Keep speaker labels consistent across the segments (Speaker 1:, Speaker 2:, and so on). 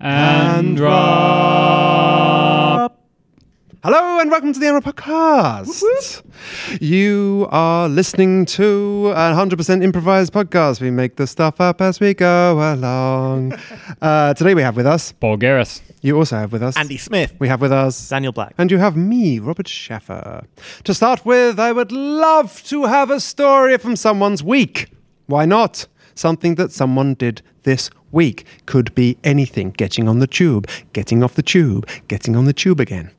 Speaker 1: And drop.
Speaker 2: Hello and welcome to the Animal Podcast. You are listening to a 100% improvised podcast. We make the stuff up as we go along. uh, today we have with us,
Speaker 1: Paul Garris.
Speaker 2: you also have with us,
Speaker 3: Andy Smith.
Speaker 2: We have with us,
Speaker 3: Daniel Black.
Speaker 2: And you have me, Robert Sheffer. To start with, I would love to have a story from someone's week. Why not? Something that someone did this week. Could be anything getting on the tube, getting off the tube, getting on the tube again.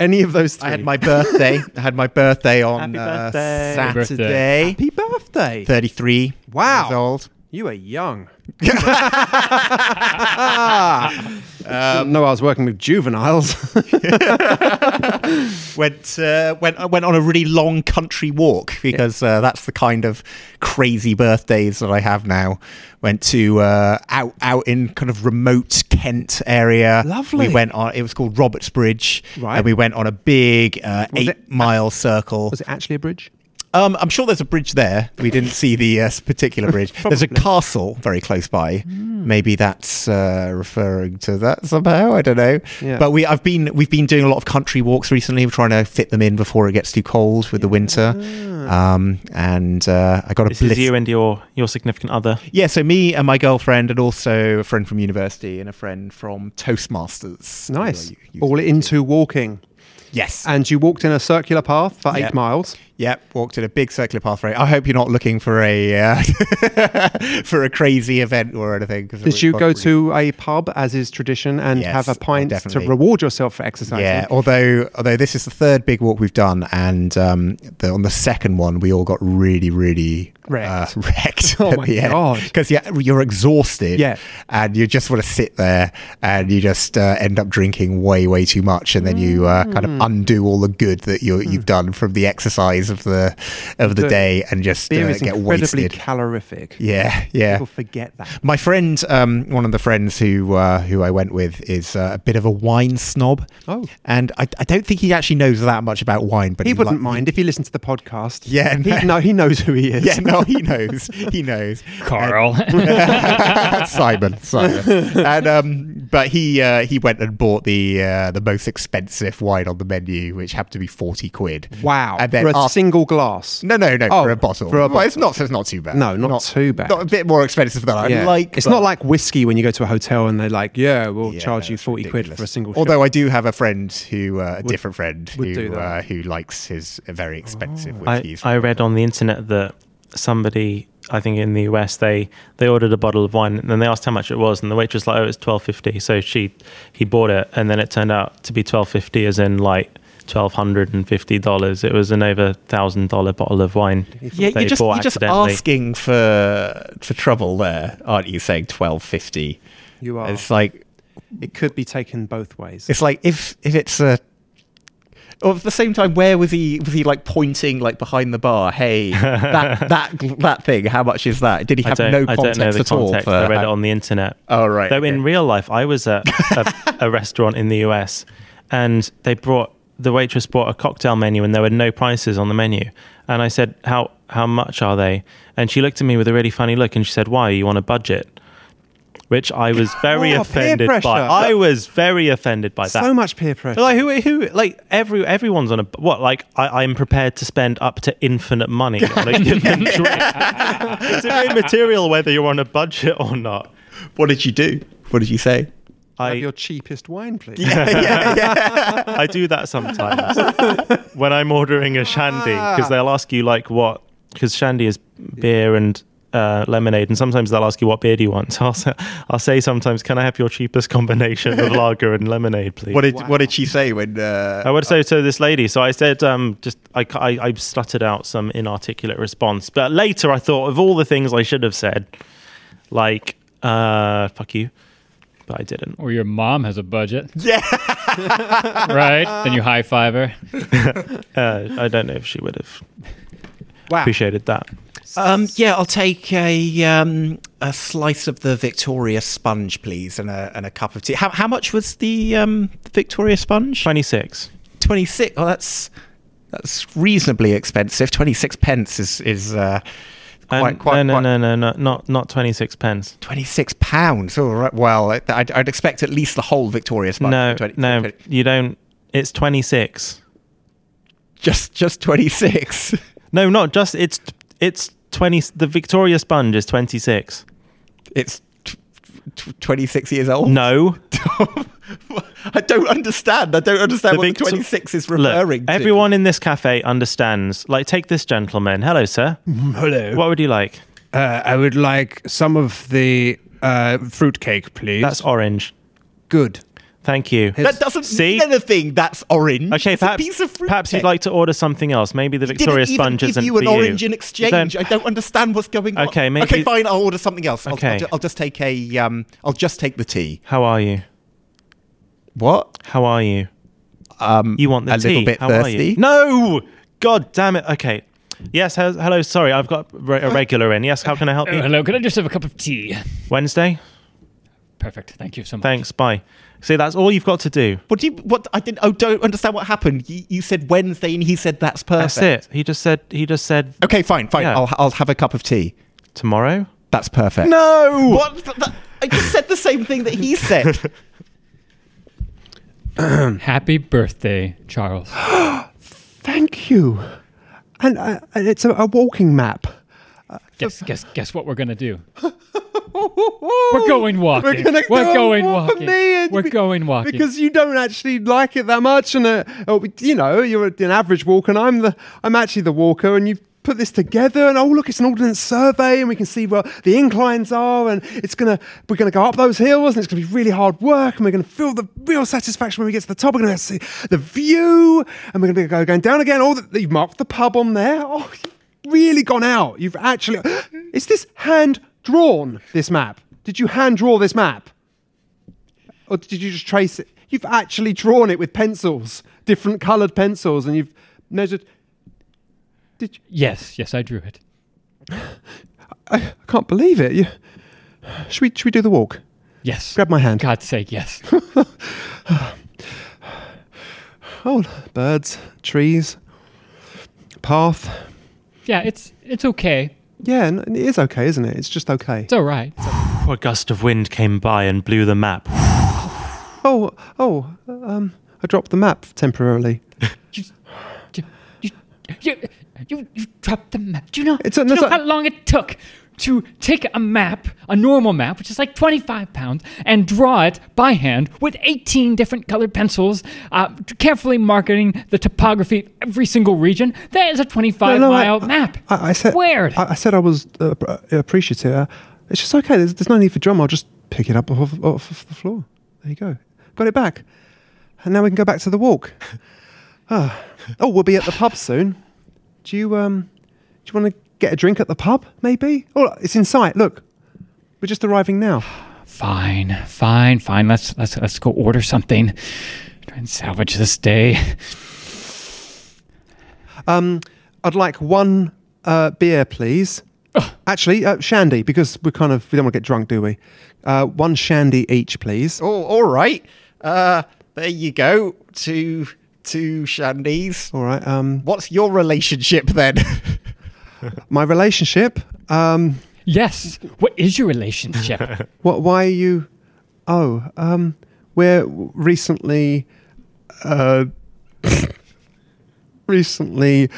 Speaker 2: Any of those three.
Speaker 4: I had my birthday. I had my birthday on
Speaker 3: Happy
Speaker 4: uh,
Speaker 3: birthday.
Speaker 1: Happy birthday.
Speaker 4: Saturday.
Speaker 2: happy birthday.
Speaker 4: 33
Speaker 2: Wow.
Speaker 4: years old.
Speaker 2: You are young. Uh, um, no, I was working with juveniles.
Speaker 4: Went uh, went I went on a really long country walk because uh, that's the kind of crazy birthdays that I have now. Went to uh, out out in kind of remote Kent area.
Speaker 2: Lovely.
Speaker 4: We went on. It was called Roberts Bridge.
Speaker 2: Right.
Speaker 4: And we went on a big uh,
Speaker 2: Was
Speaker 4: eight
Speaker 2: it-
Speaker 4: mile circle.
Speaker 2: was it actually a bridge?
Speaker 4: Um, I'm sure there's a bridge there. We didn't see the uh, s- particular bridge. there's a castle very close by. Maybe that's uh, referring to that somehow. I don't know.
Speaker 2: Yeah.
Speaker 4: But we, I've been, we've been doing a lot of country walks recently. We're trying to fit them in before it gets too cold with the winter. Um, and uh, I got a
Speaker 3: This
Speaker 4: blitz.
Speaker 3: is you and your your significant other.
Speaker 4: yeah, so me and my girlfriend, and also a friend from university and a friend from Toastmasters.
Speaker 2: Nice.
Speaker 4: You- you-
Speaker 2: All into walking.
Speaker 4: yes.
Speaker 2: And you walked in a circular path for eight
Speaker 4: Yep.
Speaker 2: miles.
Speaker 4: Yep, walked in a big circular pathway. I hope you're not looking for a uh, for a crazy event or anything. 'cause
Speaker 2: Did
Speaker 4: it
Speaker 2: you
Speaker 4: got
Speaker 2: go
Speaker 4: really-
Speaker 2: to a pub, as is tradition, and
Speaker 4: Yes,
Speaker 2: have a
Speaker 4: oh,
Speaker 2: pint to
Speaker 4: definitely.
Speaker 2: reward yourself for exercising?
Speaker 4: Yeah, although although this is the third big walk we've done, and um, the, on the second one we all got really really
Speaker 2: Wrecked.
Speaker 4: Uh, wrecked
Speaker 2: Oh
Speaker 4: at
Speaker 2: my
Speaker 4: the
Speaker 2: God.
Speaker 4: because yeah, you're exhausted.
Speaker 2: Yeah.
Speaker 4: and you just want to sit there, and you just uh, end up drinking way way too much, and then you uh, kind
Speaker 2: Mm.
Speaker 4: of undo all the good that you you've done from the exercise of the of
Speaker 2: Hmm.
Speaker 4: the,
Speaker 2: The
Speaker 4: day, and just
Speaker 2: Beer
Speaker 4: uh,
Speaker 2: is
Speaker 4: get
Speaker 2: incredibly
Speaker 4: wasted.
Speaker 2: calorific.
Speaker 4: Yeah, yeah.
Speaker 2: People forget that.
Speaker 4: My friend, um, one of the friends who uh, who I went with, is uh, a bit of a wine snob.
Speaker 2: Oh.
Speaker 4: and I, I don't think he actually knows that much about wine, but
Speaker 2: He
Speaker 4: he,
Speaker 2: wouldn't
Speaker 4: li-
Speaker 2: mind if he listened to the podcast.
Speaker 4: Yeah,
Speaker 2: He,
Speaker 4: no.
Speaker 2: no, he knows who he is.
Speaker 4: Yeah, no, he knows. He knows.
Speaker 1: Carl.
Speaker 4: Simon, Simon. And um, but he uh, he went and bought the uh, the most expensive wine on the menu, which happened to be forty quid.
Speaker 2: Wow.
Speaker 4: And then
Speaker 2: for a
Speaker 4: after-
Speaker 2: single glass.
Speaker 4: No, no, no,
Speaker 2: Oh,
Speaker 4: for a bottle.
Speaker 2: for a
Speaker 4: Well, it's not. It's not too bad.
Speaker 2: No, not too bad.
Speaker 4: Not a bit more expensive than I
Speaker 2: Yeah.
Speaker 4: like.
Speaker 2: it's
Speaker 4: but-
Speaker 2: not like whiskey when you go to a hotel and they're like, yeah, we'll
Speaker 4: Yeah,
Speaker 2: charge
Speaker 4: no,
Speaker 2: you
Speaker 4: it's
Speaker 2: 40 quid
Speaker 4: ridiculous.
Speaker 2: for a single shot.
Speaker 4: Although I do have a friend who, uh, a different friend
Speaker 2: would do
Speaker 4: who
Speaker 2: that.
Speaker 4: uh, who likes his uh, very expensive
Speaker 3: I,
Speaker 4: whiskeys.
Speaker 3: Oh. I read on the internet that somebody, I think in the US, they they ordered a bottle of wine and then they asked how much it was and the waitress was like, oh, it's twelve fifty. So she he bought it and then it turned out to be twelve fifty, as in like. Twelve hundred and fifty dollars. It was an over thousand dollar bottle of wine.
Speaker 4: yeah,
Speaker 3: they
Speaker 4: you're just,
Speaker 3: bought
Speaker 4: you're just
Speaker 3: accidentally.
Speaker 4: asking for for trouble there, aren't you? Saying twelve fifty.
Speaker 2: you
Speaker 3: Oh.
Speaker 2: are.
Speaker 4: It's like
Speaker 2: It could be taken both ways.
Speaker 4: it's like if if it's a. Or at the same time, where was he? Was he like pointing like behind the bar? Hey, that that that thing. How much is that? Did he
Speaker 3: I
Speaker 4: have
Speaker 3: don't,
Speaker 4: no
Speaker 3: I
Speaker 4: context
Speaker 3: don't know the
Speaker 4: at
Speaker 3: context.
Speaker 4: all?
Speaker 3: I
Speaker 4: for
Speaker 3: read it
Speaker 4: how-
Speaker 3: on the internet.
Speaker 4: Oh, right,
Speaker 3: Though
Speaker 4: okay.
Speaker 3: in real life, I was at a, a restaurant in the US, and they brought the waitress brought a cocktail menu, and there were no prices on the menu. And I said, "How how much are they?" And she looked at me with a really funny look, and she said, "Why? You want a budget?" Which I was very
Speaker 2: Oh, peer
Speaker 3: offended
Speaker 2: pressure.
Speaker 3: by. I was very offended by that.
Speaker 2: so much peer pressure.
Speaker 3: Like who? Who? Like every everyone's on a what? Like I, I'm prepared to spend up to infinite money on a given drink. it's very material whether you're on a budget or not.
Speaker 4: what did you do? What did you say?
Speaker 2: Have
Speaker 3: I
Speaker 2: your cheapest wine, please.
Speaker 3: I do that sometimes when I'm ordering a shandy because they'll ask you like what because shandy is beer and. Uh, lemonade, and sometimes they'll ask you what beer do you want. So I'll say, I'll say sometimes, can I have your cheapest combination of lager and lemonade, please?
Speaker 4: What did
Speaker 2: Wow.
Speaker 4: what did she say when? Uh,
Speaker 3: I would say to this lady. So I said, um, just I, ca- I, I stuttered out some inarticulate response. But later I thought of all the things I should have said, like, uh, fuck you. But I didn't.
Speaker 1: or your mom has a budget.
Speaker 4: Yeah.
Speaker 1: right? Then you high five her.
Speaker 3: Uh, I don't know if she would have
Speaker 4: Ah.
Speaker 2: wow.
Speaker 3: appreciated that.
Speaker 4: Um, yeah, I'll take a um, a slice of the Victoria sponge, please, and a and a cup of tea. How how much was the um, the Victoria sponge?
Speaker 3: 26.
Speaker 4: Twenty six. Oh, that's that's reasonably expensive. Twenty six pence is is. Uh,
Speaker 3: And
Speaker 4: quite, quite,
Speaker 3: no,
Speaker 4: quite
Speaker 3: no, no, no, no, not not twenty six pence.
Speaker 4: 26 pounds. All right. Well, I- I'd, I'd expect at least the whole Victoria Spark.
Speaker 3: No,
Speaker 4: 20
Speaker 3: no,
Speaker 4: 20
Speaker 3: you don't. It's twenty six.
Speaker 4: just just 26.
Speaker 3: No, not just. It's it's twenty. The Victoria sponge is twenty six.
Speaker 4: It's t- t- 26 years old.
Speaker 3: No,
Speaker 4: I don't understand. I don't understand
Speaker 3: The
Speaker 4: what
Speaker 3: Vic-
Speaker 4: the 26 is referring
Speaker 3: look.
Speaker 4: to.
Speaker 3: Everyone in this cafe understands. Like, take this gentleman. Hello, sir.
Speaker 4: Mm-hmm.
Speaker 2: Hello.
Speaker 3: What would you like?
Speaker 2: Uh, I would like some of the uh, fruitcake, please.
Speaker 3: That's orange.
Speaker 2: good.
Speaker 3: Thank you.
Speaker 4: that doesn't
Speaker 3: See?
Speaker 4: mean anything. That's orange.
Speaker 3: Okay,
Speaker 4: It's
Speaker 3: perhaps,
Speaker 4: a piece of fruit
Speaker 3: perhaps you'd
Speaker 4: cake.
Speaker 3: like to order something else. Maybe the
Speaker 4: Didn't
Speaker 3: Victoria
Speaker 4: even
Speaker 3: sponge
Speaker 4: give
Speaker 3: isn't
Speaker 4: you an
Speaker 3: for
Speaker 4: orange in exchange.
Speaker 3: Then-
Speaker 4: I don't understand what's going on.
Speaker 3: Okay, maybe-
Speaker 4: Okay, fine. I'll order something else. I'll,
Speaker 3: Okay.
Speaker 4: I'll, ju- I'll just take a. Um, I'll just take the tea.
Speaker 3: How are you?
Speaker 4: What?
Speaker 3: How are you?
Speaker 4: Um,
Speaker 3: You want the
Speaker 4: a
Speaker 3: tea?
Speaker 4: little bit
Speaker 3: How Are
Speaker 4: thirsty.
Speaker 3: you? No. God damn it. Okay. Yes. he- Hello. Sorry, I've got re- a regular in. Yes. How can I help
Speaker 1: Oh,
Speaker 3: you?
Speaker 1: hello, could I just have a cup of tea?
Speaker 3: Wednesday.
Speaker 1: Perfect. Thank you so much.
Speaker 3: Thanks. Bye. See, that's all you've got to do.
Speaker 4: What do you? What I didn't. I don't understand what happened. You, you said Wednesday, and he said that's perfect.
Speaker 3: That's it. He just said. He just said
Speaker 4: Okay, fine, fine.
Speaker 3: Yeah.
Speaker 4: I'll I'll have a cup of tea.
Speaker 3: tomorrow.
Speaker 4: That's perfect.
Speaker 3: No.
Speaker 4: What? Th- th- I just said the same thing that he said.
Speaker 1: Happy birthday, Charles.
Speaker 2: Thank you. And, uh, and it's a, a walking map.
Speaker 1: guess, guess, guess what we're gonna do? We're going walking.
Speaker 2: We're, gonna
Speaker 1: We're
Speaker 2: go
Speaker 1: going
Speaker 2: walk
Speaker 1: walking.
Speaker 2: me and
Speaker 1: We're
Speaker 2: be-
Speaker 1: going walking.
Speaker 2: because you don't actually like it that much, and uh, oh, you know you're an average walker, and I'm the I'm actually the walker, and you've put this together, and oh look, it's an ordnance survey, and we can see where the inclines are, and it's gonna we're gonna go up those hills, and it's gonna be really hard work, and we're gonna feel the real satisfaction when we get to the top. We're gonna see the view, and we're gonna be go going down again. All that you've marked the pub on there. Oh, you've really gone out. You've actually is this hand drawn this map? Did you hand draw this map? or did you just trace it? You've actually drawn it with pencils, different coloured pencils, and you've measured. Did you?
Speaker 1: yes, yes, I drew it.
Speaker 2: I can't believe it. You, should we? Should we do the walk?
Speaker 1: Yes.
Speaker 2: Grab my hand.
Speaker 1: God's sake, yes.
Speaker 2: Oh, birds, trees, path.
Speaker 1: yeah, it's it's okay.
Speaker 2: Yeah, and it is okay, isn't it? It's just okay.
Speaker 1: It's all right. It's all-
Speaker 3: A gust of wind came by and blew the map.
Speaker 2: Oh, oh, um, I dropped the map temporarily.
Speaker 1: you, you, you, you, you, you dropped the map. Do you know,
Speaker 2: It's a-
Speaker 1: do you
Speaker 2: it's
Speaker 1: know
Speaker 2: a-
Speaker 1: how long it took to take a map, a normal map, which is like 25 pounds, and draw it by hand with 18 different colored pencils, uh, carefully marking the topography of every single region? That is a 25
Speaker 2: No, no, I-
Speaker 1: mile map.
Speaker 2: I, I said.
Speaker 1: Weird.
Speaker 2: I, I said I was uh, appre- appreciative. Uh, It's just okay. There's, there's no need for drum. I'll just pick it up off, off, off the floor. There you go. Got it back. And now we can go back to the walk. Ah. oh, we'll be at the pub soon. Do you um, do you want to get a drink at the pub? Maybe. Oh, it's in sight. Look, we're just arriving now.
Speaker 1: Fine, fine, fine. Let's let's let's go order something. Try and salvage this day.
Speaker 2: Um, I'd like one uh, beer, please. Actually, uh, shandy because we're kind of we don't want to get drunk, do we? Uh, one shandy each, please.
Speaker 4: oh, all right. Uh, there you go. Two two shandies.
Speaker 2: All right. Um,
Speaker 4: What's your relationship then?
Speaker 2: my relationship. Um,
Speaker 1: Yes. What is your relationship?
Speaker 2: what? Why are you? Oh, um, we're recently, uh, recently,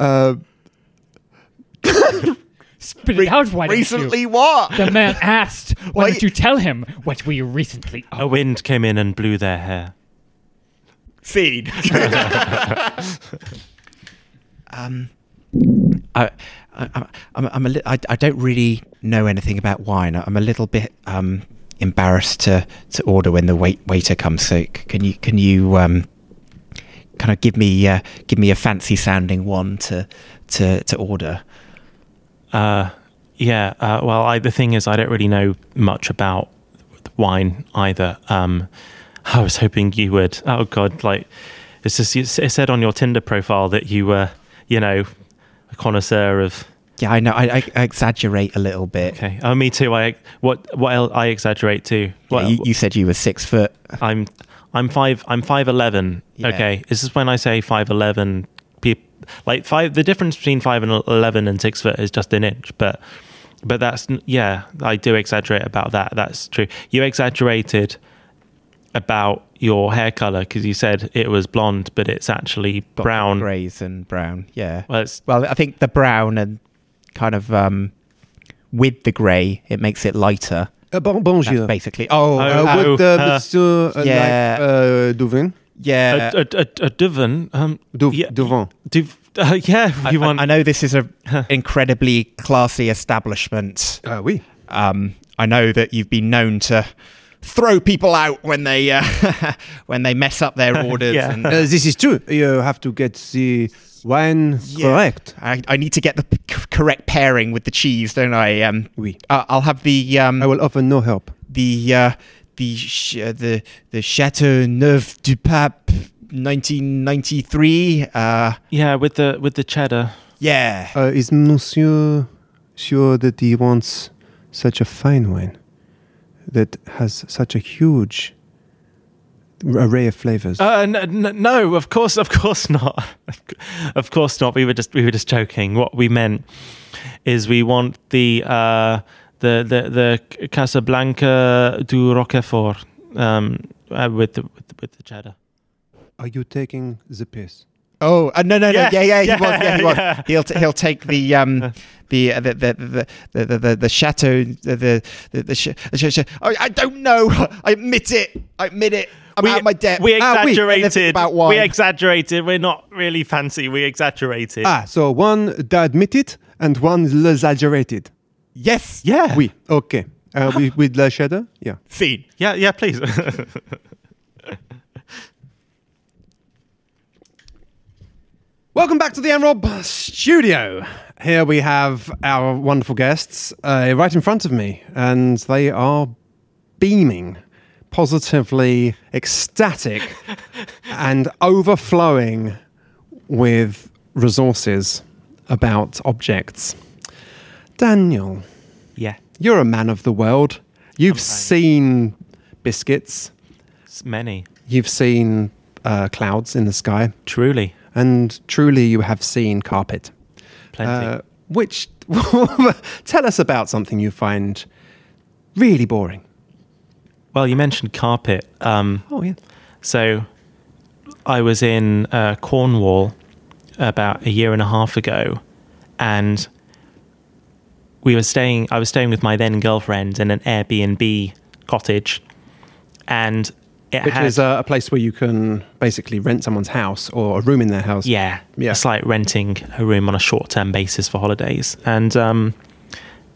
Speaker 2: uh,
Speaker 1: Spit it out. Why don't you?
Speaker 4: Recently, what?
Speaker 1: The man asked, "Why
Speaker 4: Why-
Speaker 1: don't you tell him what were you recently?"
Speaker 3: A
Speaker 1: Oh,
Speaker 3: wind came in and blew their hair.
Speaker 4: Seed. um, I, I, I'm, I'm, I'm a li- I, I don't really know anything about wine. I'm a little bit um, embarrassed to, to order when the wait, waiter comes. So c- can you can you um, kind of give me uh, give me a fancy sounding one to to, to order?
Speaker 3: Uh, yeah. Uh, well, I, the thing is, I don't really know much about wine either. Um, I was hoping you would. Oh God, like it's just it said on your Tinder profile that you were, you know, a connoisseur of.
Speaker 4: Yeah, I know. I, I, I exaggerate a little bit.
Speaker 3: Okay. Oh, me too. I what what else, I exaggerate too.
Speaker 4: Yeah,
Speaker 3: What,
Speaker 4: you, you said you were six foot.
Speaker 3: I'm I'm five I'm five eleven.
Speaker 4: Yeah.
Speaker 3: Okay. This is when I say five eleven. People like five. The difference between five and eleven and six foot is just an inch, but but that's yeah. I do exaggerate about that. That's true. You exaggerated about your hair color because you said it was blonde, but it's actually
Speaker 4: Got
Speaker 3: brown.
Speaker 4: greys and brown. Yeah.
Speaker 3: Well, it's
Speaker 4: Well, I think the brown and kind of um, with the grey, it makes it lighter.
Speaker 2: Uh, bon,
Speaker 4: That's
Speaker 2: bonjour.
Speaker 4: basically. Oh,
Speaker 3: Oh,
Speaker 4: oh,
Speaker 2: Uh, would
Speaker 3: Oh,
Speaker 2: the
Speaker 3: uh,
Speaker 2: monsieur uh,
Speaker 4: yeah.
Speaker 2: like uh, Duvin?
Speaker 4: yeah.
Speaker 3: a, a, a, a divan. Um,
Speaker 2: Duv-
Speaker 3: Yeah.
Speaker 2: Duvin.
Speaker 3: div, uh, yeah,
Speaker 4: I,
Speaker 3: you
Speaker 4: I-
Speaker 3: want
Speaker 4: I know this is an incredibly classy establishment.
Speaker 3: Ah,
Speaker 2: Uh, oui.
Speaker 4: Um, I know that you've been known to throw people out when they uh, when they mess up their orders.
Speaker 3: Yeah.
Speaker 4: and,
Speaker 2: Uh, this is true. You have to get the wine
Speaker 4: Yeah.
Speaker 2: correct.
Speaker 4: I, I need to get the p- c- correct pairing with the cheese, don't I? Um,
Speaker 2: Oui.
Speaker 4: I- I'll have the um,
Speaker 2: I will offer no help.
Speaker 4: the uh, the sh- uh, the the Chateau Neuf du Pape 1993. Uh,
Speaker 3: yeah with the with the cheddar.
Speaker 4: yeah.
Speaker 2: Uh, is Monsieur sure that he wants such a fine wine that has such a huge array of flavors?
Speaker 3: Uh, no, no, of course, of course not, of course not. We were just we were just joking. What we meant is we want the uh, the the the Casablanca du Roquefort um, uh, with the, with the, with the cheddar.
Speaker 2: Are you taking the piss?
Speaker 4: Oh uh, no no
Speaker 3: Yeah,
Speaker 4: no yeah yeah he
Speaker 3: yeah,
Speaker 4: was yeah he was
Speaker 3: yeah.
Speaker 4: he'll t- he'll take the um the uh, the the the the the, the, the chateau the the the, the, sh- the sh- sh- I, I don't know I admit it I admit it I'm out of my depth
Speaker 3: we
Speaker 4: Ah, oui, anything
Speaker 3: exaggerated.
Speaker 4: about
Speaker 3: we
Speaker 4: wine.
Speaker 3: exaggerated. We're not really fancy. We exaggerated.
Speaker 2: Ah, so one admitted and one exaggerated.
Speaker 4: yes
Speaker 3: yeah.
Speaker 2: Oui, okay. Uh, with, with La Cheddar? Yeah.
Speaker 4: scene
Speaker 3: yeah. Yeah. Please.
Speaker 2: Welcome back to the Enrob Studio. Here we have our wonderful guests uh, right in front of me, and they are beaming, positively ecstatic, and overflowing with resources about objects. Daniel,
Speaker 3: yeah.
Speaker 2: you're a man of the world. You've seen biscuits,
Speaker 3: It's many.
Speaker 2: you've seen uh, clouds in the sky,
Speaker 3: Truly.
Speaker 2: and truly you have seen carpet.
Speaker 3: Plenty.
Speaker 2: Uh, which tell us about something you find really boring.
Speaker 3: well, you mentioned carpet. Um,
Speaker 2: Oh yeah.
Speaker 3: So I was in uh, Cornwall about a year and a half ago, and we were staying. I was staying with my then girlfriend in an Airbnb cottage, and it
Speaker 2: Which
Speaker 3: had,
Speaker 2: is uh, a place where you can basically rent someone's house or a room in their house.
Speaker 3: yeah,
Speaker 2: Yeah.
Speaker 3: it's like renting a room on a short-term basis for holidays, and um,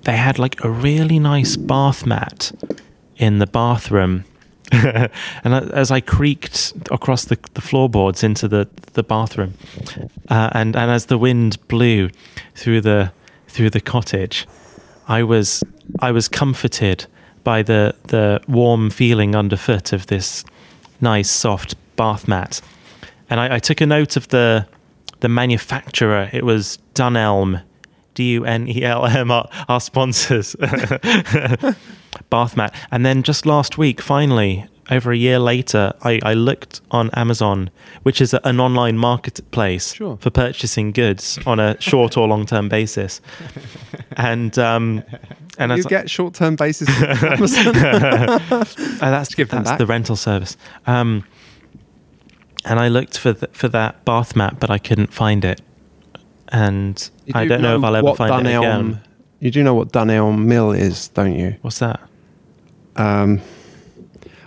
Speaker 3: they had like a really nice bath mat in the bathroom. and I- as I creaked across the, the floorboards into the, the bathroom, uh, and and as the wind blew through the through the cottage, I was I was comforted by the the warm feeling underfoot of this nice soft bath mat, and I, I took a note of the the manufacturer. It was Dunelm, D U N E L M. Our, our sponsors, bath mat, and then just last week, finally. Over a year later, I, I looked on Amazon, which is a, an online marketplace
Speaker 2: Sure.
Speaker 3: for purchasing goods on a short or long term basis. And um, and
Speaker 2: You
Speaker 3: as,
Speaker 2: get short-term basis. Amazon.
Speaker 3: Oh, that's
Speaker 2: give them
Speaker 3: that's
Speaker 2: back.
Speaker 3: the rental service. Um, and I looked for th- for that bath mat, but I couldn't find it. And
Speaker 2: You
Speaker 3: I
Speaker 2: do
Speaker 3: don't know, if I'll ever
Speaker 2: what
Speaker 3: find it
Speaker 2: Dunelm-
Speaker 3: again.
Speaker 2: You do know what Dunelm Mill is, don't you?
Speaker 3: What's that?
Speaker 2: Um,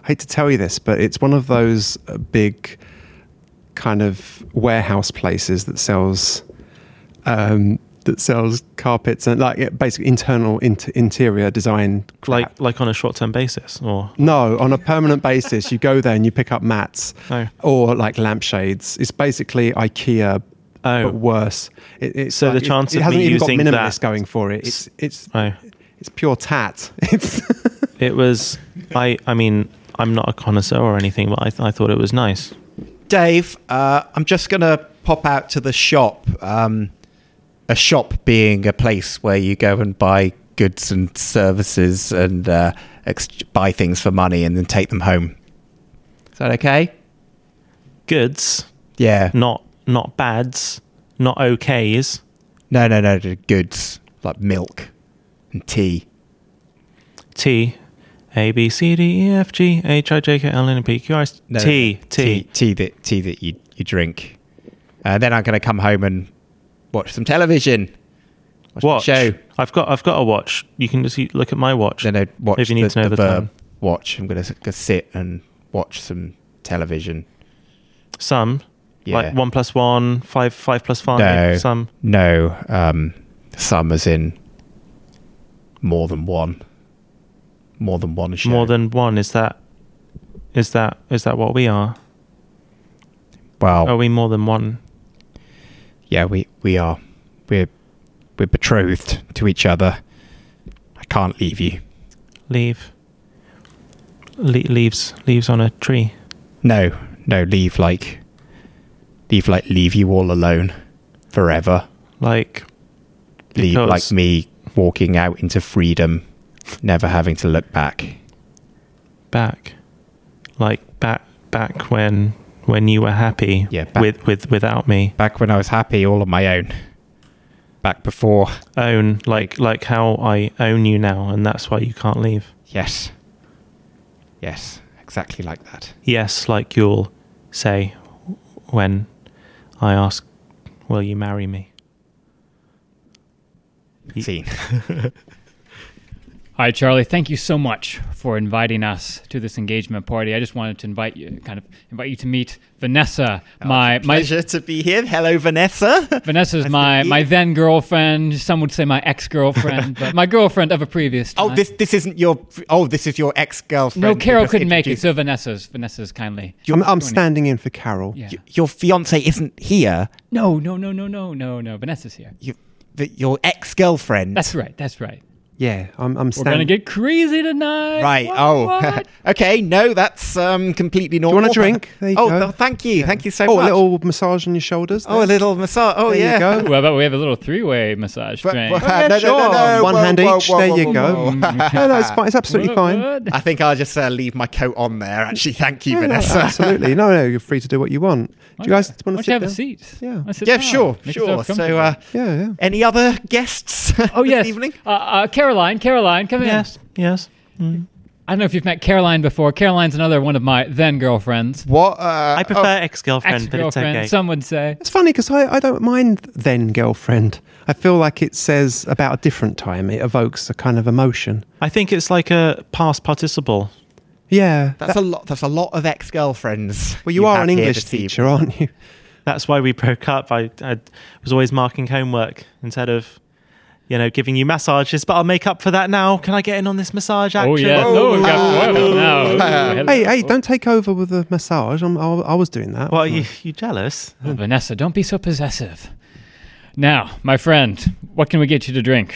Speaker 2: I hate to tell you this, but it's one of those uh, big kind of warehouse places that sells um, that sells carpets and like yeah, basically internal inter- interior design. crap.
Speaker 3: Like like on a short term basis, or
Speaker 2: no, on a permanent basis, you go there and you pick up mats
Speaker 3: Oh.
Speaker 2: or like lampshades. It's basically IKEA.
Speaker 3: Oh.
Speaker 2: But worse. It, it's
Speaker 3: So the
Speaker 2: like- it-
Speaker 3: chance
Speaker 2: it,
Speaker 3: of
Speaker 2: hasn't
Speaker 3: me
Speaker 2: even
Speaker 3: using
Speaker 2: got minimalist
Speaker 3: that-
Speaker 2: going for it. It's it's
Speaker 3: oh,
Speaker 2: it's pure tat. It's
Speaker 3: it was. I I mean, I'm not a connoisseur or anything, but I th- I thought it was nice.
Speaker 4: Dave, uh, I'm just going to pop out to the shop. Um, a shop being a place where you go and buy goods and services and uh, ex- buy things for money and then take them home. Is that okay?
Speaker 3: Goods,
Speaker 4: Yeah.
Speaker 3: not not bads. not okays.
Speaker 4: No, no, no. The goods like milk and tea.
Speaker 3: T, A, B, C, D, E, F, G, H, I, J, K, L, N, P, Q, R, S.
Speaker 4: No,
Speaker 3: T,
Speaker 4: tea,
Speaker 3: T.
Speaker 4: tea that tea that you you drink. Uh, then I'm gonna come home and watch some television. Watch the
Speaker 3: Watch.
Speaker 4: show.
Speaker 3: I've got. I've got a watch. You can just e- look at my watch.
Speaker 4: Then I watch
Speaker 3: If you need
Speaker 4: the,
Speaker 3: to know
Speaker 4: the
Speaker 3: the
Speaker 4: verb
Speaker 3: time.
Speaker 4: watch. I'm gonna, s- go sit and watch some television.
Speaker 3: Some.
Speaker 4: Yeah.
Speaker 3: Like one plus one, five, five plus five.
Speaker 4: No.
Speaker 3: Some.
Speaker 4: No, um, some as in more than one. More than one show.
Speaker 3: More than one. Is that? Is that? Is that what we are?
Speaker 4: well. Oh.
Speaker 3: Are Oh, we more than one?
Speaker 4: yeah, we we are. We're we're betrothed to each other. I can't leave you.
Speaker 3: Leave. Le- leaves. Leaves on a tree.
Speaker 4: No, no, leave like leave like leave you all alone forever.
Speaker 3: Like.
Speaker 4: Leave
Speaker 3: Because-
Speaker 4: like me walking out into freedom, never having to look back.
Speaker 3: back like back back when when you were happy
Speaker 4: Yeah, back-
Speaker 3: with with without me
Speaker 4: Back when I was happy all on my own. Back before
Speaker 3: own like like how i own you now and that's why you can't leave
Speaker 4: Yes. Yes, exactly like that.
Speaker 3: yes like you'll say when i ask will you marry me Ye-
Speaker 4: Scene.
Speaker 1: All right, Charlie, thank you so much for inviting us to this engagement party. I just wanted to invite you, kind of invite you to meet Vanessa, Uh, my my
Speaker 4: Oh, Pleasure to be here. Hello, Vanessa.
Speaker 1: Vanessa's my my then girlfriend. Some would say my ex girlfriend, but my girlfriend of a previous time.
Speaker 4: Oh, this this isn't your. Oh, this is your ex girlfriend.
Speaker 1: no, Carol couldn't make it, so Vanessa's Vanessa's kindly.
Speaker 2: I'm, I'm standing in for Carol.
Speaker 1: Yeah.
Speaker 4: Your fiance isn't here.
Speaker 1: No, no, no, no, no, no, no. Vanessa's here.
Speaker 4: You, the, your ex girlfriend.
Speaker 1: That's right. That's right.
Speaker 2: Yeah, I'm, I'm
Speaker 1: We're gonna
Speaker 2: standing.
Speaker 1: get crazy tonight.
Speaker 4: right.
Speaker 1: What,
Speaker 4: oh,
Speaker 1: what?
Speaker 4: okay. No, that's um completely normal.
Speaker 2: want a drink? There you
Speaker 4: oh,
Speaker 2: go.
Speaker 4: th- thank you. Thank you so
Speaker 2: Oh, a
Speaker 4: much.
Speaker 2: little massage on your shoulders.
Speaker 4: Oh, a
Speaker 2: there.
Speaker 4: little massage. Oh,
Speaker 2: There you
Speaker 4: yeah.
Speaker 2: go.
Speaker 1: well, but we have a little three way massage
Speaker 4: But-
Speaker 1: drink.
Speaker 4: but-
Speaker 1: Oh, yeah,
Speaker 4: no, no,
Speaker 1: sure.
Speaker 4: no, no.
Speaker 2: One
Speaker 4: whoa,
Speaker 2: hand
Speaker 4: whoa,
Speaker 2: each.
Speaker 4: whoa,
Speaker 2: there
Speaker 4: whoa,
Speaker 2: you
Speaker 4: whoa,
Speaker 2: go.
Speaker 4: whoa.
Speaker 2: no, no, it's fine. It's absolutely
Speaker 1: What,
Speaker 2: fine.
Speaker 1: what?
Speaker 4: I think I'll just uh, leave my coat on there. Actually, thank you,
Speaker 2: Yeah, no,
Speaker 4: Vanessa.
Speaker 2: absolutely. No, no, you're free to do what you want. Do you guys
Speaker 1: Why don't
Speaker 2: want to
Speaker 1: you
Speaker 2: sit
Speaker 1: have
Speaker 2: down?
Speaker 1: a seat?
Speaker 2: Yeah.
Speaker 1: Why sit
Speaker 4: Yeah,
Speaker 1: down?
Speaker 4: sure,
Speaker 1: Make
Speaker 4: sure.
Speaker 1: yourself
Speaker 4: So,
Speaker 1: comfortable.
Speaker 4: uh,
Speaker 2: Yeah, yeah.
Speaker 4: any other guests?
Speaker 1: oh
Speaker 4: this
Speaker 1: yes,
Speaker 4: evening?
Speaker 1: Uh, uh, Caroline, Caroline, come in.
Speaker 3: yes yes Mm.
Speaker 2: Uh,
Speaker 1: I don't know if you've met Caroline before. Caroline's another one of my then girlfriends,
Speaker 4: What? Uh,
Speaker 3: i
Speaker 2: oh.
Speaker 3: prefer ex-girlfriend
Speaker 1: ex
Speaker 3: but it's
Speaker 1: girlfriend.
Speaker 3: okay
Speaker 1: Some would say.
Speaker 2: It's funny because I, I don't mind then girlfriend. I feel like it says about a different time. It evokes a kind of emotion.
Speaker 3: i think it's like a past participle
Speaker 2: Yeah.
Speaker 4: That's
Speaker 2: that-
Speaker 4: a lot. That's a lot of ex-girlfriends.
Speaker 2: well, you, are
Speaker 4: have
Speaker 2: an
Speaker 4: here
Speaker 2: English
Speaker 4: this evening.
Speaker 2: teacher, aren't you?
Speaker 3: That's why we broke up. I, I was always marking homework instead of, you know, giving you massages. But I'll make up for that now. Can I get in on this massage action?
Speaker 1: Oh yeah, no, we got whoa, no.
Speaker 2: Hey, hey, don't take over with the massage. I'm, I, I was doing that.
Speaker 3: Well,
Speaker 2: wasn't I?
Speaker 3: you you jealous?
Speaker 1: Well, Vanessa, don't be so possessive. Now, my friend, what can we get you to drink?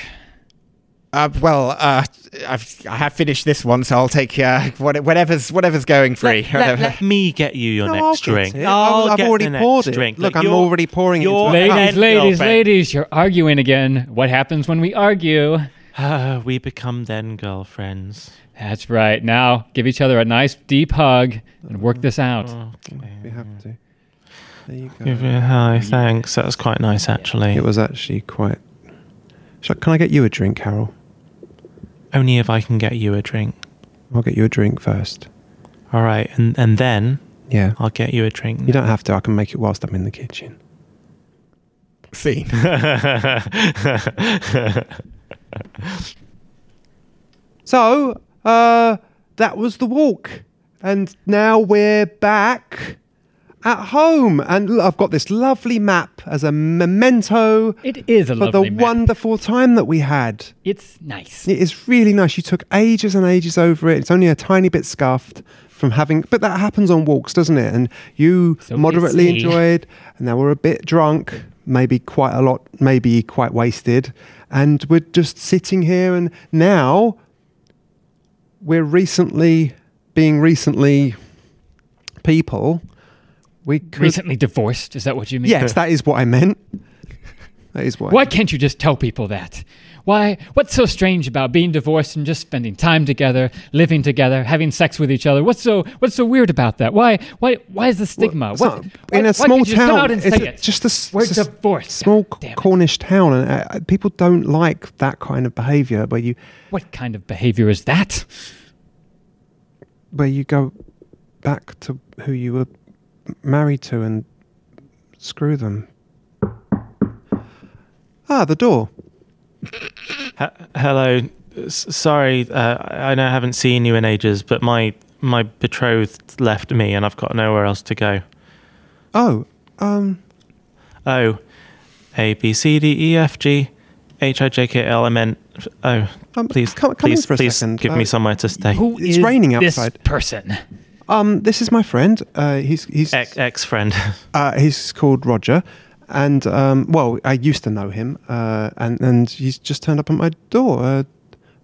Speaker 4: Uh, well, uh, I've I have finished this one, so I'll take uh, what- whatever's whatever's going free.
Speaker 3: Let, let me get you your
Speaker 2: No, I'll
Speaker 3: next
Speaker 2: get
Speaker 3: drink.
Speaker 2: it.
Speaker 3: I'll
Speaker 2: I've
Speaker 3: get
Speaker 2: already
Speaker 3: the next
Speaker 2: poured it.
Speaker 3: Drink.
Speaker 2: Look, I'm
Speaker 3: you're-
Speaker 2: already pouring it
Speaker 3: you're
Speaker 2: into my
Speaker 3: an
Speaker 1: Ladies,
Speaker 2: cup.
Speaker 1: ladies,
Speaker 3: ex-girlfriend.
Speaker 1: ladies, you're arguing again. What happens when we argue?
Speaker 3: Ah, we become then girlfriends.
Speaker 1: That's right. Now, give each other a nice deep hug and work this
Speaker 3: Oh.
Speaker 1: out.
Speaker 2: We have to. There you go.
Speaker 3: Hi, thanks. That's quite nice, actually.
Speaker 2: It was actually quite. Shall, can I get you a drink, Carol?
Speaker 3: Only if I can get you a drink.
Speaker 2: I'll get you a drink first.
Speaker 3: All right, and and then
Speaker 2: Yeah.
Speaker 3: I'll get you a drink.
Speaker 2: You don't have to. I can make it whilst I'm in the kitchen.
Speaker 4: Scene.
Speaker 2: So, uh, that was the walk. And now we're back at home. And l- I've got this lovely map as a memento
Speaker 1: It is a
Speaker 2: for
Speaker 1: lovely
Speaker 2: the
Speaker 1: map.
Speaker 2: wonderful time that we had.
Speaker 1: It's nice.
Speaker 2: It is really nice. You took ages and ages over it. It's only a tiny bit scuffed from having, but that happens on walks, doesn't it? And you
Speaker 1: So
Speaker 2: moderately
Speaker 1: busy.
Speaker 2: enjoyed, and now we're a bit drunk, maybe quite a lot, maybe quite wasted, and we're just sitting here. And now we're recently being recently people. We could,
Speaker 1: Recently divorced, is that what you mean?
Speaker 2: yes, that is what I meant. That is what. I
Speaker 1: Why can't you just tell people that? Why? What's so strange about being divorced and just spending time together, living together, having sex with each other? What's so What's so weird about that? Why? Why? Why is the stigma?
Speaker 2: It's
Speaker 1: What-
Speaker 2: not-
Speaker 1: why-
Speaker 2: in
Speaker 1: why
Speaker 2: a small
Speaker 1: could you
Speaker 2: town,
Speaker 1: come out and
Speaker 2: it's
Speaker 1: say
Speaker 2: a-
Speaker 1: it?
Speaker 2: just a s-
Speaker 1: We're
Speaker 2: it's a s-
Speaker 1: divorced.
Speaker 2: small
Speaker 1: God damn it.
Speaker 2: Cornish town, and uh, uh, people don't like that kind of behaviour where you
Speaker 1: What kind of behavior is that?
Speaker 2: where you go back to who you were married to and screw them. Ah, the door.
Speaker 3: H- hello. S- sorry, uh, I know I haven't seen you in ages, but my my betrothed left me, and I've got nowhere else to go.
Speaker 2: Oh, um,
Speaker 3: Oh, A B C D E F G H I J K L M N. Oh,
Speaker 2: Um,
Speaker 3: please,
Speaker 2: come- come in
Speaker 3: please,
Speaker 2: for a
Speaker 3: please
Speaker 2: second.
Speaker 3: give
Speaker 2: Uh,
Speaker 3: me somewhere to stay.
Speaker 1: Who
Speaker 2: It's
Speaker 1: is
Speaker 2: raining
Speaker 1: this
Speaker 2: outside.
Speaker 1: person?
Speaker 2: um, this is my friend. Uh, he's he's
Speaker 3: Ex friend.
Speaker 2: Uh, he's called Roger, and um, well, I used to know him, uh, and and he's just turned up at my door. Uh,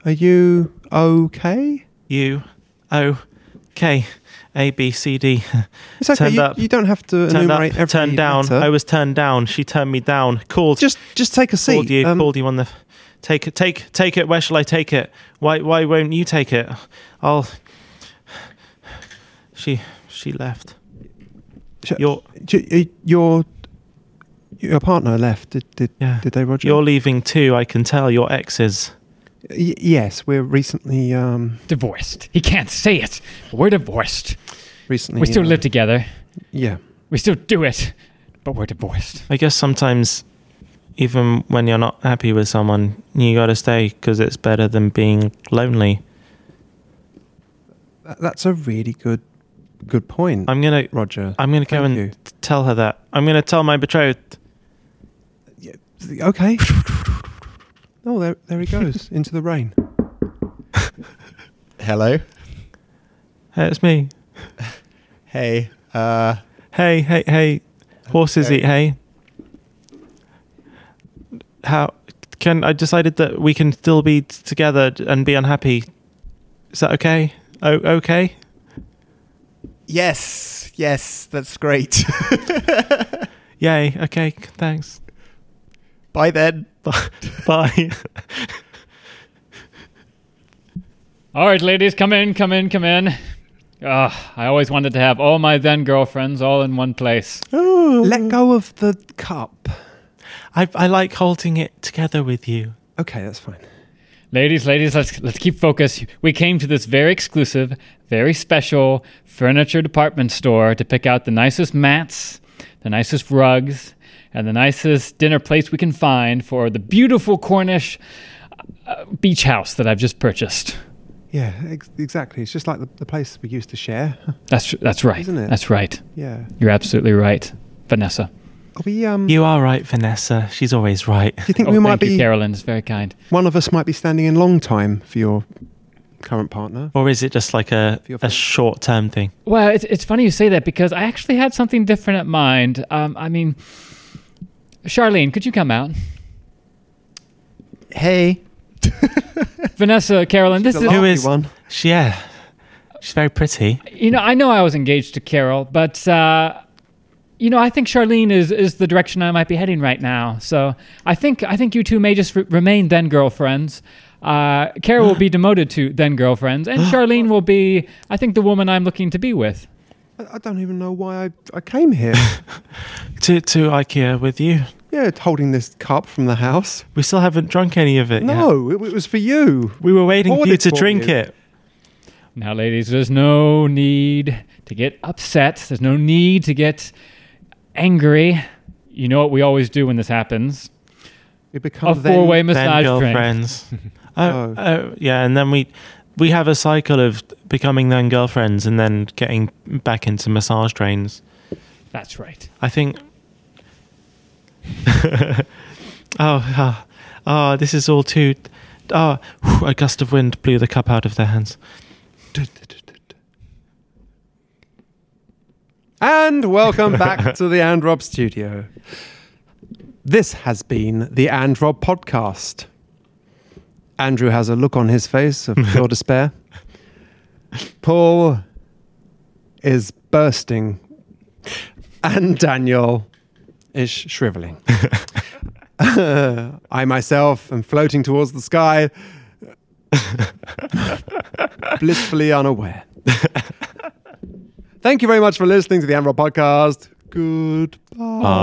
Speaker 2: are you okay?
Speaker 3: U O K A B C D.
Speaker 2: It's okay.
Speaker 3: Turned
Speaker 2: You,
Speaker 3: up.
Speaker 2: you don't have to
Speaker 3: Turned up,
Speaker 2: enumerate every
Speaker 3: turned down.
Speaker 2: letter.
Speaker 3: I was turned down. She turned me down. Called,
Speaker 2: just just take a
Speaker 3: called
Speaker 2: seat.
Speaker 3: you,
Speaker 2: Um,
Speaker 3: called you on the. Take it, take, take it. Where shall I take it? Why, why won't you take it? I'll. She, she left.
Speaker 2: sh-
Speaker 3: You're,
Speaker 2: j- your your partner left. Did did,
Speaker 3: Yeah.
Speaker 2: did they, Roger?
Speaker 3: you're leaving too. I can tell. Your exes.
Speaker 2: Y- yes, we're recently um
Speaker 1: Divorced. He can't say it. but We're divorced.
Speaker 2: recently
Speaker 1: We still
Speaker 2: uh,
Speaker 1: live together.
Speaker 2: Yeah.
Speaker 1: We still do it. But we're divorced.
Speaker 3: I guess sometimes, even when you're not happy with someone, you gotta stay because it's better than being lonely.
Speaker 2: Th- That's a really good good point,
Speaker 3: I'm gonna,
Speaker 2: Roger.
Speaker 3: I'm gonna go
Speaker 2: Thank
Speaker 3: and
Speaker 2: you.
Speaker 3: t- tell her that. I'm gonna tell my betrothed.
Speaker 2: Okay. Oh, there, there he goes into the rain.
Speaker 4: Hello.
Speaker 3: Hey, it's me.
Speaker 4: Hey. Uh,
Speaker 3: Hey, hey, hey. Horses
Speaker 4: Okay.
Speaker 3: eat hay. How can I decided that we can still be t- together and be unhappy? Is that okay? Oh, okay.
Speaker 4: yes. Yes. That's great.
Speaker 3: Yay. Okay. c- Thanks.
Speaker 4: Bye then.
Speaker 3: Bye.
Speaker 1: All right, ladies, come in, come in, come in. Ugh, I always wanted to have all my then girlfriends all in one place.
Speaker 2: Let go of the cup.
Speaker 3: I I like holding it together with you.
Speaker 2: Okay, that's fine.
Speaker 1: Ladies, ladies, let's let's keep focus. We came to this very exclusive, very special furniture department store to pick out the nicest mats, the nicest rugs, and the nicest dinner place we can find for the beautiful Cornish uh, beach house that I've just purchased.
Speaker 2: Yeah, ex- exactly. It's just like the, the place we used to share.
Speaker 1: That's that's right.
Speaker 2: Isn't it?
Speaker 1: That's right.
Speaker 2: yeah.
Speaker 1: You're absolutely right, Vanessa.
Speaker 2: Are we um
Speaker 3: You are right, Vanessa. She's always right.
Speaker 2: do you think
Speaker 1: Oh,
Speaker 2: we might
Speaker 1: thank
Speaker 2: be
Speaker 1: you, Carolyn. It's very kind.
Speaker 2: one of us might be standing in long time for your current partner?
Speaker 3: Or is it just like a
Speaker 2: Feel free.
Speaker 3: a short term thing?
Speaker 1: Well, it's, it's funny you say that because I actually had something different at mind. Um, I mean, Charlene, could you come out?
Speaker 4: Hey.
Speaker 1: Vanessa, Carolyn, this
Speaker 2: The
Speaker 1: is
Speaker 2: lovely
Speaker 3: Who is-
Speaker 2: one?
Speaker 3: She, yeah. She's very pretty.
Speaker 1: you know I know I was engaged to Carol, but uh, you know I think Charlene is is the direction I might be heading right now. So I think I think you two may just re- remain then girlfriends. Uh, Carol will be demoted to then girlfriends, and Charlene will be I think the woman I'm looking to be with.
Speaker 2: I, I don't even know why I, I came here.
Speaker 3: To to IKEA with you.
Speaker 2: yeah, holding this cup from the house.
Speaker 3: We still haven't drunk any of it. yet.
Speaker 2: No, it, it was for you.
Speaker 3: We were waiting for
Speaker 2: Hoarded
Speaker 3: you to
Speaker 2: for
Speaker 3: drink
Speaker 2: you.
Speaker 3: it.
Speaker 1: Now, ladies, there's no need to get upset. There's no need to get angry. You know what we always do when this happens?
Speaker 2: It
Speaker 1: A
Speaker 2: becomes
Speaker 1: four-way
Speaker 3: Then
Speaker 1: massage drink.
Speaker 3: girlfriends. oh,
Speaker 2: Oh.
Speaker 3: oh, yeah. And then we we have a cycle of becoming then girlfriends and then getting back into massage trains.
Speaker 1: That's right.
Speaker 3: I think. oh, ah, ah, this is all too. Ah, whew, a gust of wind blew the cup out of their hands.
Speaker 2: And welcome back to the Androb studio. This has been the Androb podcast. Andrew has a look on his face of pure despair. Paul is bursting, and Daniel is shriveling. I myself am floating towards the sky, blissfully unaware. Thank you very much for listening to the Amrod Podcast. Goodbye.